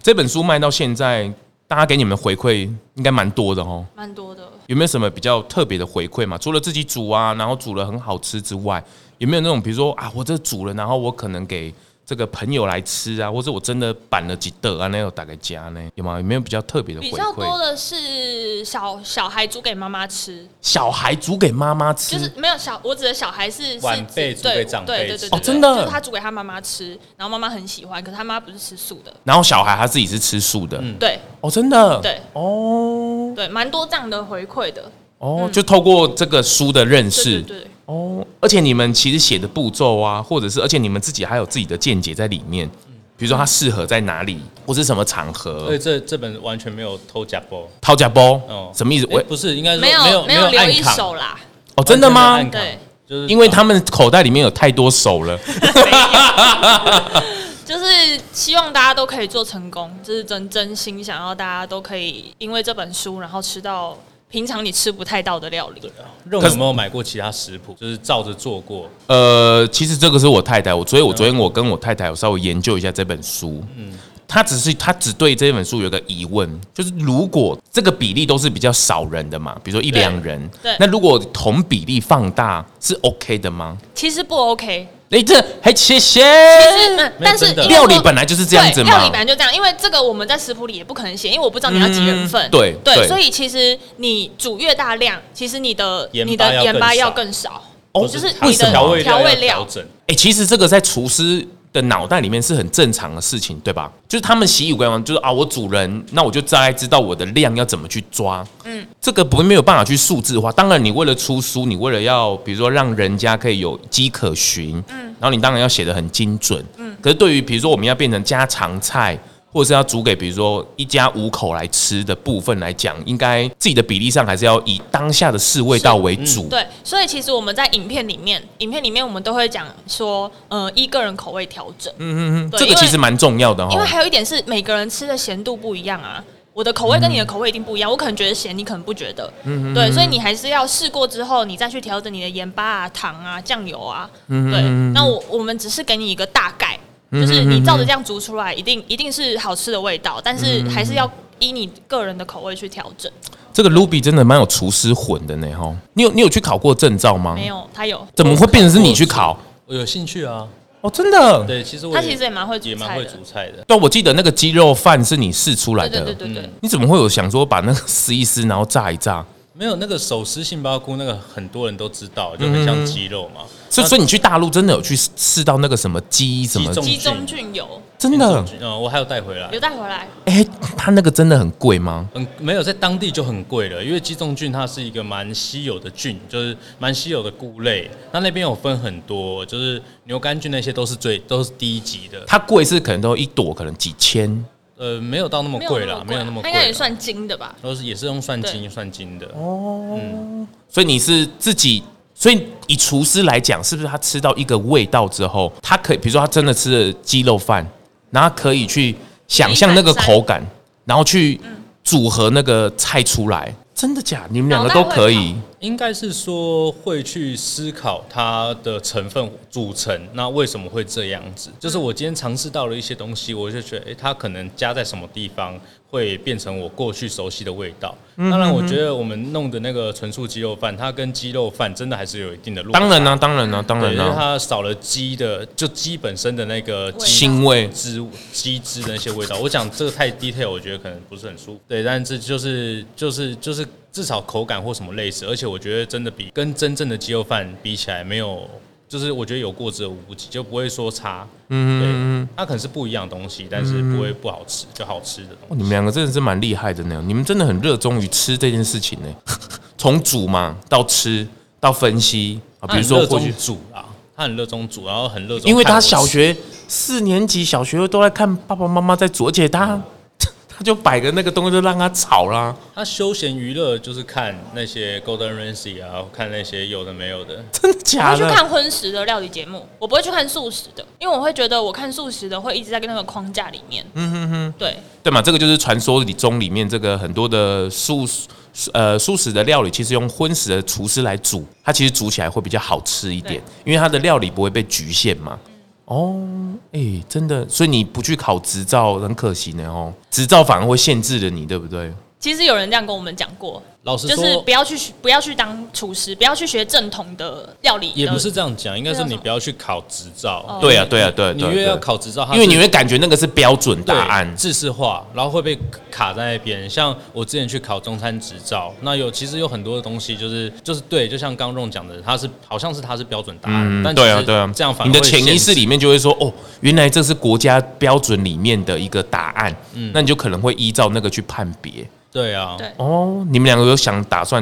这本书卖到现在，大家给你们回馈应该蛮多的哦。蛮多的。有没有什么比较特别的回馈嘛？除了自己煮啊，然后煮了很好吃之外，有没有那种比如说啊，我这煮了，然后我可能给这个朋友来吃啊，或者我真的板了几的啊，那有打给家呢？有吗？有没有比较特别的回比较多馈？的是小小孩煮给妈妈吃，小孩煮给妈妈吃，就是没有小，我指的小孩是是晚辈指煮给对长对辈对对吃对哦真的就是他煮给他妈妈吃，然后妈妈很喜欢，可是他妈不是吃素的，然后小孩他自己是吃素的，嗯对哦，真的，对哦对，蛮多这样的回馈的，哦，就透过这个书的认识，嗯对对对，哦，而且你们其实写的步骤啊，或者是而且你们自己还有自己的见解在里面，嗯比如说它适合在哪里，或是什么场合所以，这这本完全没有偷假包。掏假包，哦，什么意思？哎诶我不是，应该说没没有没有留暗一扛，手啦，哦，真的吗完全？没有暗对扛？就是因为他们口袋里面有太多手了，就是希望大家都可以做成功，这、是真真心想要大家都可以因为这本书，然后吃到平常你吃不太到的料理。肉可是有没有买过其他食谱？就是照着做过，呃，其实这个是我太太，我所以我昨天我跟我太太有稍微研究一下这本书，嗯，她只是她只对这本书有个疑问，就是如果这个比例都是比较少人的嘛，比如说一对两人，对那如果同比例放大是 OK 的吗？其实不 OK，哎、这还谢谢，是嗯，但是真的因为料理说本来就是这样子对料理嘛本，来就这样，因为这个我们在食谱里也不可能写，因为我不知道你要几人份。嗯对对对，所以其实你煮越大量，其实你的盐巴你的要盐巴更要少更少，哦就是为你什么的调味调料味要调料。整，哎、其实这个在厨师的脑袋里面是很正常的事情，对吧？就是他们习以为常，就是啊，我煮人，那我就大概知道我的量要怎么去抓。嗯，这个不没有办法去数字化。当然，你为了出书，你为了要比如说让人家可以有迹可循，嗯，然后你当然要写的很精准，嗯。可是对于比如说我们要变成家常菜。或者是要煮给比如说一家五口来吃的部分来讲，应该自己的比例上还是要以当下的试味道为主。嗯对，所以其实我们在影片里面，影片里面我们都会讲说，呃，依个人口味调整。嗯嗯嗯，对这个因为其实蛮重要的因哈。为还有一点是每个人吃的咸度不一样啊。我的口味跟你的口味一定不一样，我可能觉得咸，你可能不觉得，对，所以你还是要试过之后，你再去调整你的盐巴啊、糖啊、酱油啊，对。那我我们只是给你一个大概，就是你照着这样煮出来，一定一定是好吃的味道，但是还是要依你个人的口味去调整。这个 Ruby 真的蛮有厨师魂的呢哈。你有你有去考过证照吗？没。有，他有，怎么会变成是你去考？我有兴趣啊。哦，真的。对，其实我他其实也蛮会煮也蛮菜会的煮菜的。对，我记得那个鸡肉饭是你试出来对的。对对对对，你怎么会有想说把那个撕一撕，然后炸一炸？没有那个手撕杏鲍菇，那个很多人都知道，就嗯很像鸡肉嘛。所以，所以你去大陆真的有去试到那个什么鸡什么？鸡枞呃鸡中菌油真的？嗯，我还有带回来有。带回来，哎、它那个真的很贵吗？嗯，没有，在当地就很贵了，因为鸡枞菌它是一个蛮稀有的菌，就是蛮稀有的菇类。那那边有分很多，就是牛肝菌那些都是最都是低级的，它贵是可能都一朵可能几千，呃，没有到那么没有贵那啦么，没有那么他贵应该也啦，算精的吧？都是也是用蒜对精蒜精的。所以你是自己。所以以厨师来讲，是不是他吃到一个味道之后，他可以，比如说他真的吃了鸡肉饭，然后他可以去想象那个口感，然后去组合那个菜出来，真的假的？你们两个都可以。应该是说会去思考它的成分组成，那为什么会这样子？就是嗯我今天尝试到了一些东西，我就觉得，诶、它可能加在什么地方会变成我过去熟悉的味道。嗯当然，我觉得我们弄的那个纯素鸡肉饭，它跟鸡肉饭真的还是有一定的落差。当然啦、啊当然啦、当对，然因啦、为它少了鸡的，就鸡本身的那个味道鸡腥味。汁鸡汁的那些味道。我讲这个太 detail，我觉得可能不是很舒服。对，但是就是就是就是至少口感或什么类似，而且我觉得真的比跟真正的鸡肉饭比起来没有。就是我觉得有过之而无不及，就不会说差。嗯，对，它可能是不一样的东西，但是不会不好吃，就好吃的东西。哦，你们两个真的是蛮厉害的呢，你们真的很热衷于吃这件事情呢，从煮嘛到吃到分析啊，比如说它或很许热衷煮啊，他很热衷煮，然后很热衷。因为他小，学四年级、小学都在看爸爸妈妈在煮，而且他 他就摆个那个东西就让他炒啦， 他休闲娱乐就是看那些 Golden Ramsy 啊，看那些有的没有的。真的啊假我会去的？看荤食的料理节目，我不会去看素食的，因为我会觉得我看素食的会一直在跟那个框架里面。嗯哼哼，对，对嘛，这个就是传说里中里面这个很多的素呃素食的料理，其实用荤食的厨师来煮，它其实煮起来会比较好吃一点对，因为它的料理不会被局限嘛。哦，哎、真的，所以你不去考执照很可惜呢哦，执照反而会限制了你，对不对？其实有人这样跟我们讲过，老实就说，是不要去学不要去当厨师，不要去学正统的料理的，也不是这样讲，应该是啊你不要去考执哦照。对啊，对啊，对啊，你对啊越对啊要考执照，它因为你是会感觉那个是标准答案对，制式化，然后会被卡在那边。像我之前去考中餐执照，那有其实有很多的东西，就是就是对，就像刚刚讲的，它是好像是它是标准答案，但对啊其，实对啊，这样反而你的会潜意识限制里面就会说，哦，原来这是国家标准里面的一个答案，嗯那你就可能会依照那个去判别。对啊，对哦，你们两个有想打算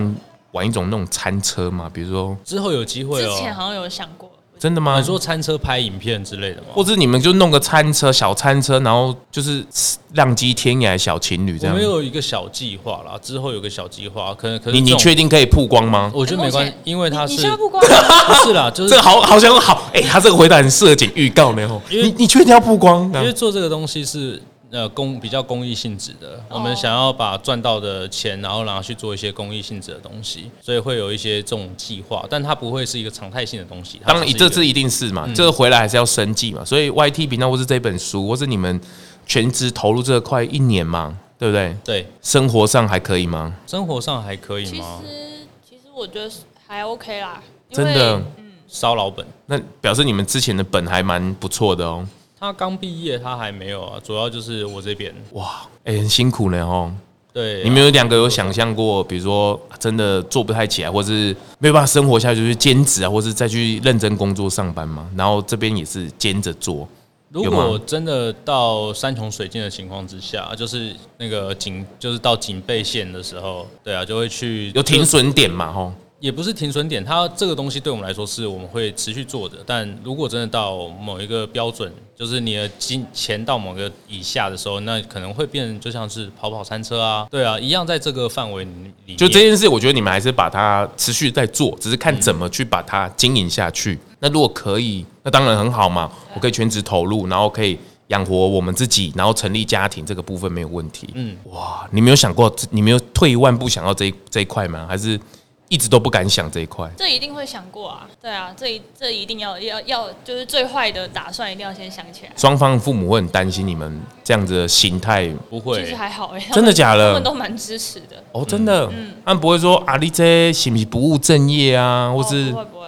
玩一种那种餐车吗？比如说，之后有机会之前哦。好像有想过，真的吗？你说餐车拍影片之类的吗？或者你们就弄个餐车，小餐车，然后就是浪迹天涯小情侣这我样们。有一个小计划啦，之后有个小计划，可能可能你你确定可以曝光吗？我觉得没关哎系目，前因为它哎你你是现在不光不是 啦，就是这个好好像好，哎、他这个回答很适合剪预告呢哦。因为你你确定要曝光？因为做这个东西是呃公比较公益性质的，哦我们想要把赚到的钱，然后拿去做一些公益性质的东西，所以会有一些这种计划，但它不会是一个常态性的东西。它当然，只这是一次个嗯一定是嘛，这个回来还是要生计嘛，所以 YT 频道或是这本书，或是你们全职投入这快一年嘛，对不对？对生活上还可以吗？生活上还可以其吗？实其实我觉得还 OK 啦，因真为的，烧老本，那表示你们之前的本还蛮不错的哦。他刚毕业，他还没有啊，主要就是我这边哇，哎、很辛苦呢哦。对啊，你们有两个有想象过，比如说啊真的做不太起来，或是没有办法生活下去，就是兼职啊，或是再去认真工作上班嘛？然后这边也是兼着做，如有吗果真的到山穷水尽的情况之下，就是那个警，就是到警备线的时候，对啊，就会去有停损点嘛？吼，也不是停损点，它这个东西对我们来说是我们会持续做的。但如果真的到某一个标准，就是你的金钱到某个以下的时候，那可能会变就像是跑跑餐车啊，对啊，一样在这个范围里面。就这件事，我觉得你们还是把它持续在做，只是嗯看怎么去把它经营下去。那如果可以，那当然很好嘛，我可以全职投入，然后可以养活我们自己，然后成立家庭，这个部分没有问题。嗯，哇，你没有想过，你没有退一万步想到这一这一块吗？还是一直都不敢想这一块？这一定会想过啊，对啊，这一这一定要要要，就是最坏的打算一定要先想起来。双方父母会很担心你们这样子的心态不会其实还好哎、欸，真的假的他们都蛮支持的。哦，真的，嗯他们不会说啊，你这是不是不务正业啊，或哦是不会不会，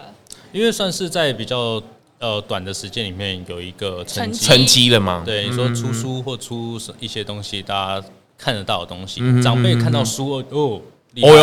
因为算是在比较呃短的时间里面有一个成绩，成绩了吗？对你说出书或出一些东西，大家看得到的东西，长辈看到书哦嗯哦，厉害哦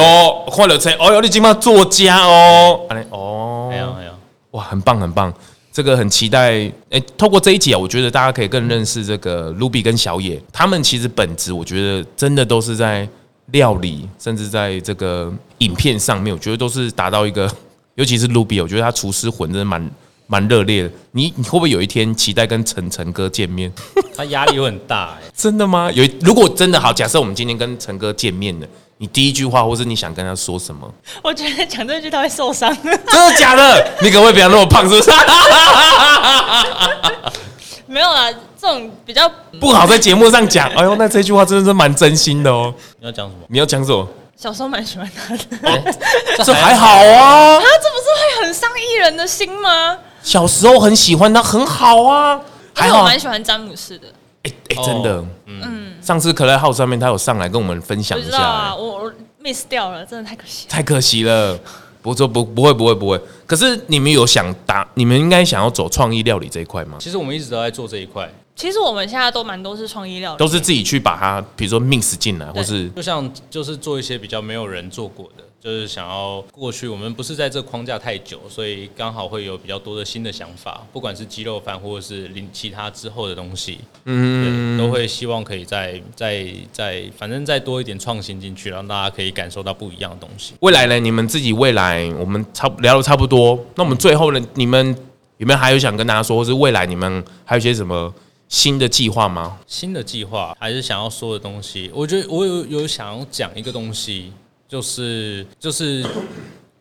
哟，换了车，哦哟，你今嘛作家哦，安尼哦，哎呀哎呀，哇，很棒很棒，这个很期待。哎、透过这一集啊，我觉得大家可以更认识这个 Ruby 跟小野，他们其实本质我觉得真的都是在料理，甚至在这个影片上面，我觉得都是达到一个， 尤其是 Ruby，我觉得他厨师魂真的蛮蛮热烈的。你你会不会有一天期待跟晨晨哥见面？他压力会很大哎。真的吗？有一如果真的好，假设我们今天跟陈哥见面了，你第一句话或是你想跟他说什么？ 我觉得讲这句他会受伤。 真的假的？你可不可以不要那么胖？是 不是？ 没有啦，这种比较嗯不好在节目上讲。哎呦，那这句话真的是蛮真心的哦。你要讲什么？你要讲什么？小时候蛮喜欢他的。哦 这还好啊啊，，这不是会很伤艺人的心吗？小时候很喜欢他，很好啊，而还且我好。蛮哎喜欢詹姆斯的，哎，真的哦，嗯，上次可乐号上面他有上来跟我们分我享一知道啊，下，我我 miss 掉了，真的太可惜了。太可惜了。不做不不会不会不会。可是你们有想打？你们应该想要走创意料理这一块吗？其实我们一直都在做这一块，其实我们现在都蛮多是创意料理，都是自己去把它，比如说 mix 进来，或对是就像就是做一些比较没有人做过的，就是想要过去我们不是在这框架太久，所以刚好会有比较多的新的想法，不管是鸡肉饭或者是零其他之后的东西，嗯，对，都会希望可以再再再，反正再多一点创新进去，让大家可以感受到不一样的东西。未来呢？你们自己未来，我们差不聊的差不多，那我们最后呢？你们有没有还有想跟大家说，或是未来你们还有一些什么新的计划吗？新的计划还是想要说的东西，我觉得我有有想要讲一个东西，就是就是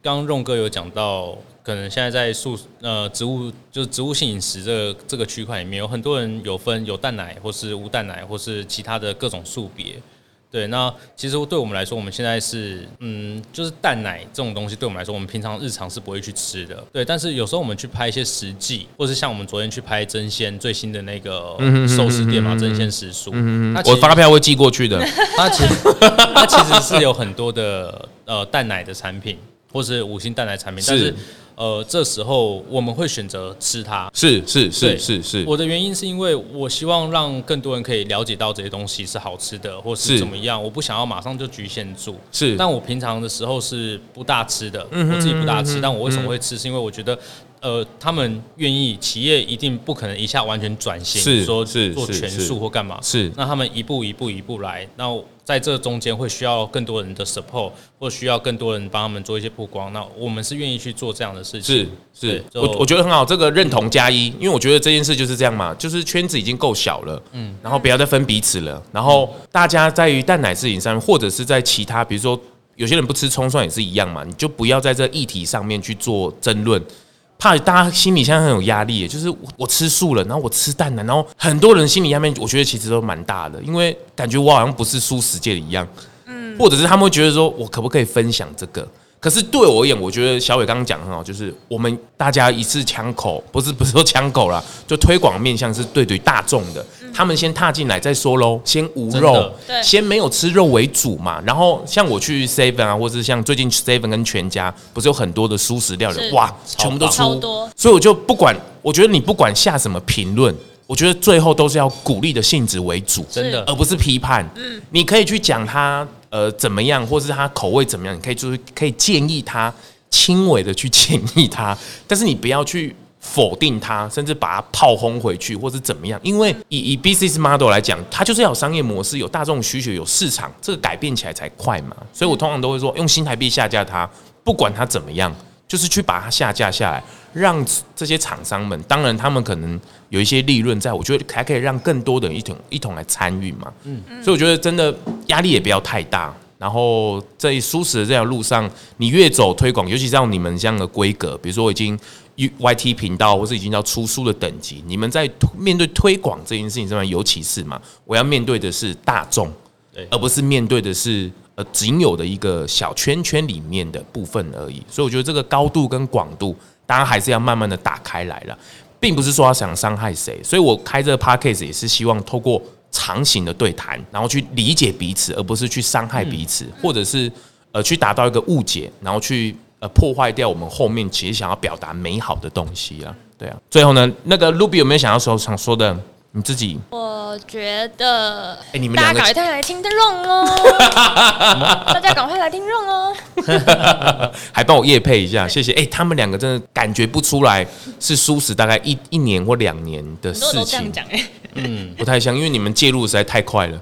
刚刚用哥有讲到，可能现在在素呃植物就是植物性饮食这个这个区块里面，有很多人有分有蛋奶或是无蛋奶或是其他的各种素别。对，那其实对我们来说，我们现在是嗯，就是蛋奶这种东西，对我们来说，我们平常日常是不会去吃的。对，但是有时候我们去拍一些实际，或是像我们昨天去拍真鲜最新的那个寿司店嘛，真鲜食宿，它其我实发票会寄过去 的。它其实它其实是有很多的呃蛋奶的产品，或是五星蛋奶产品，但是是呃这时候我们会选择吃它，是是是对是是，我的原因是因为我希望让更多人可以了解到这些东西是好吃的，或是是怎么样。我不想要马上就局限住。是嗯但我平常的时候是不大吃的，我自己不大吃。但我为什么会吃？是因为我觉得，呃，他们愿意，企业一定不可能一下完全转型，是说是做是全是素或干嘛。是那他们一步一步一步来，那在这中间会需要更多人的 support，或需要更多人帮他们做一些曝光。那我们是愿意去做这样的事是情。是对，我就我觉得很好，这个认同加一，因为我觉得这件事就是这样嘛，就是圈子已经够小了，嗯，然后不要再分彼此了，然后大家在于蛋奶事情上面，或者是在其他，比如说有些人不吃葱蒜也是一样嘛，你就不要在这议题上面去做争论。怕大家心里现在很有压力耶，就是我我吃素了，然后我吃蛋奶，然后很多人心理压力，我觉得其实都蛮大的，因为感觉我好像不是素食界的一样，嗯或者是他们会觉得说，我可不可以分享这个？可是对我而言，我觉得小伟刚刚讲得很好，就是我们大家一次枪口，不是不 是说枪口啦，就推广面向是对对大众的，他们先踏进来再说喽，先无嗯真的肉，对先没有吃肉为主嘛。然后像我去 Seven 啊，或是像最近 Seven 跟全家，不是有很多的素食料理，是哇，超全部都棒超出多，所以我就不管，我觉得你不管下什么评论，我觉得最后都是要鼓励的性质为主，真的而不是批判。嗯，你可以去讲他呃怎么样，或是他口味怎么样，你可以就是可以建议他轻微的去建议他，但是你不要去否定他，甚至把他炮轰回去，或是怎么样。因为嗯以以 business model 来讲，它就是要有商业模式，有大众需求，有市场，这个改变起来才快嘛。所以我通常都会说，用新台币下架它。不管它怎么样，就是去把它下架下来，让这些厂商们，当然他们可能有一些利润在，我觉得还可以让更多的人一同一同来参与嘛。嗯，所以我觉得真的压力也不要太大。然后在舒适的这条路上，你越走推广，尤其像你们这样的规格，比如说我已经 U YT 频道，或是已经到出书的等级，你们在推面对推广这件事情上面，尤其是嘛，我要面对的是大众，对而不是面对的是呃仅有的一个小圈圈里面的部分而已。所以我觉得这个高度跟广度，当然还是要慢慢的打开来了，并不是说要想伤害谁。所以我开这个 podcast 也是希望透过长型的对谈，然后去理解彼此，而不是去伤害彼此，或者是呃去达到一个误解，然后去呃破坏掉我们后面其实想要表达美好的东西啊。对啊，最后呢，那个 Ruby 有没有想要说想说的？你自己我觉得，哎你们大两家个赶快来听 The Run 哦， 大家赶快来听 Run 哦。还帮我夜配一下，谢谢。哎、他们两个真的感觉不出来是舒适大概一一年或两年的很多人事都这样情，讲哎，不太像，因为你们介入实在太快了。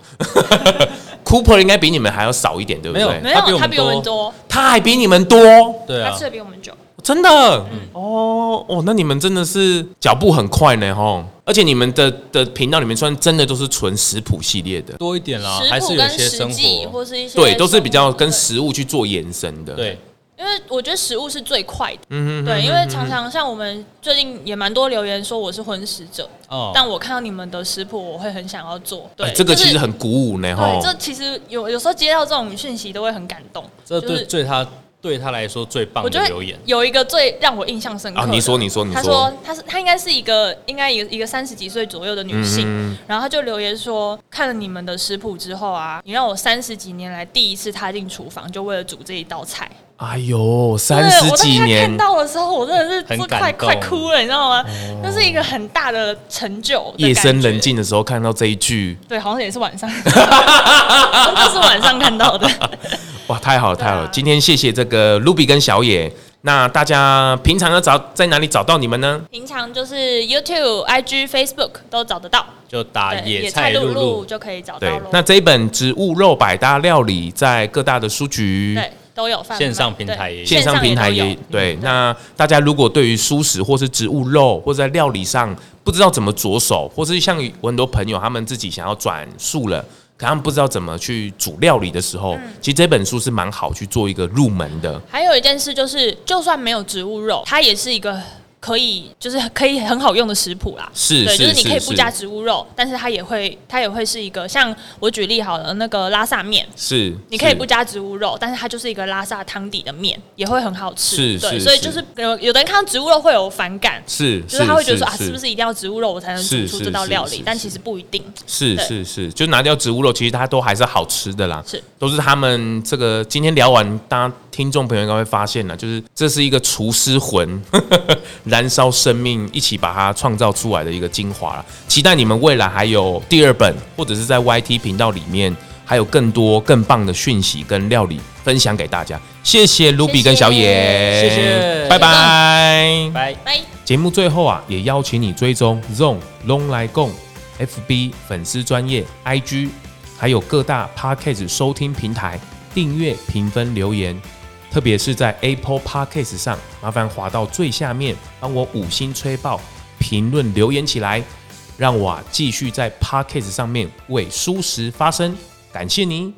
Cooper 应该比你们还要少一点，对不没有对？哎没有，他他比比我我们们多，他还比你们多，对他啊吃，的比我们久。真的。嗯哦哦，那你们真的是脚步很快呢，吼！而且你们的的频道里面算真的都是纯食谱系列的，多一点啊啦，食还谱是有跟些实生际活，或是一些对，都是比较跟对食物去做延伸的。嗯对，因为我觉得食物是最快的，对，因为常常像我们最近也蛮多留言说我是荤食者，哦，但我看到你们的食谱，我会很想要做。哎，对，这个就其是实很鼓舞呢，吼对，！这其实有有时候接到这种讯息都会很感动。这就对是对他对他来说最棒我觉的得留言，有一个最让我印象深刻啊的，你说你说你他说说他是他应该是一个应该一个一个三十几岁左右的女性，嗯然后他就留言说看了你们的食谱之后啊，你让我三十几年来第一次踏进厨房，就为了煮这一道菜。哎呦，对三十几我当他年看到的时候，我真的是很是感快动快哭了，你知道吗？那是一个很大的成就的感觉。哦夜深人静的时候看到这一句，对，好像也是晚上，都是晚上看到的。 哇，太好了，太好了！对啊今天谢谢这个 Ruby 跟小野。那大家平常要找在哪里找到你们呢？平常就是 YouTube、IG、Facebook 都找得到，就啊打对，野菜菜露露露，就可以找对到喽，。那这一本《植物肉百搭料理》在各大的书局、对都有贩卖线上平台也对有线上平台线上也也都有嗯对。那大家如果对于素食或是植物肉，或者在料理上不知道怎么着手，或是像我很多朋友他们自己想要转素了，可他们不知道怎么去煮料理的时候，嗯其实这本书是蛮好去做一个入门的。还有一件事就是，就算没有植物肉，它也是一个可以，就是可以很好用的食谱啦。是对，是就是你可以是不加植物肉，但是它也会，它也会是一个像我举例好了，那个拉萨面，是，你可以是不加植物肉，但是它就是一个拉萨汤底的面，也会很好吃。是对，是所以是就是有有的人看到植物肉会有反感，是，就是他会觉得说啊，是不是一定要植物肉我才能煮是出是这道是料是理？但是其实不一定。是对是是，就拿掉植物肉，其实它都还是好吃的啦。是，都是他们这个今天聊完，大家听众朋友应该会发现了，就是这是一个厨师魂 燃烧生命，一起把它创造出来的一个精华了。期待你们未来还有第二本，或者是在 YT 频道里面。还有更多更棒的讯息跟料理分享给大家，谢谢卢比跟小野，谢谢拜拜。拜。拜。节目最后啊，也邀请你追踪 Zone 龙来共 FB 粉丝专业 IG，还有各大 Podcast 收听平台订阅、评分、留言，特别是在 Apple Podcast 上，麻烦滑到最下面，帮我五星吹爆，评论留言起来，让我啊继续在 Podcast 上面为舒适发声。感谢您。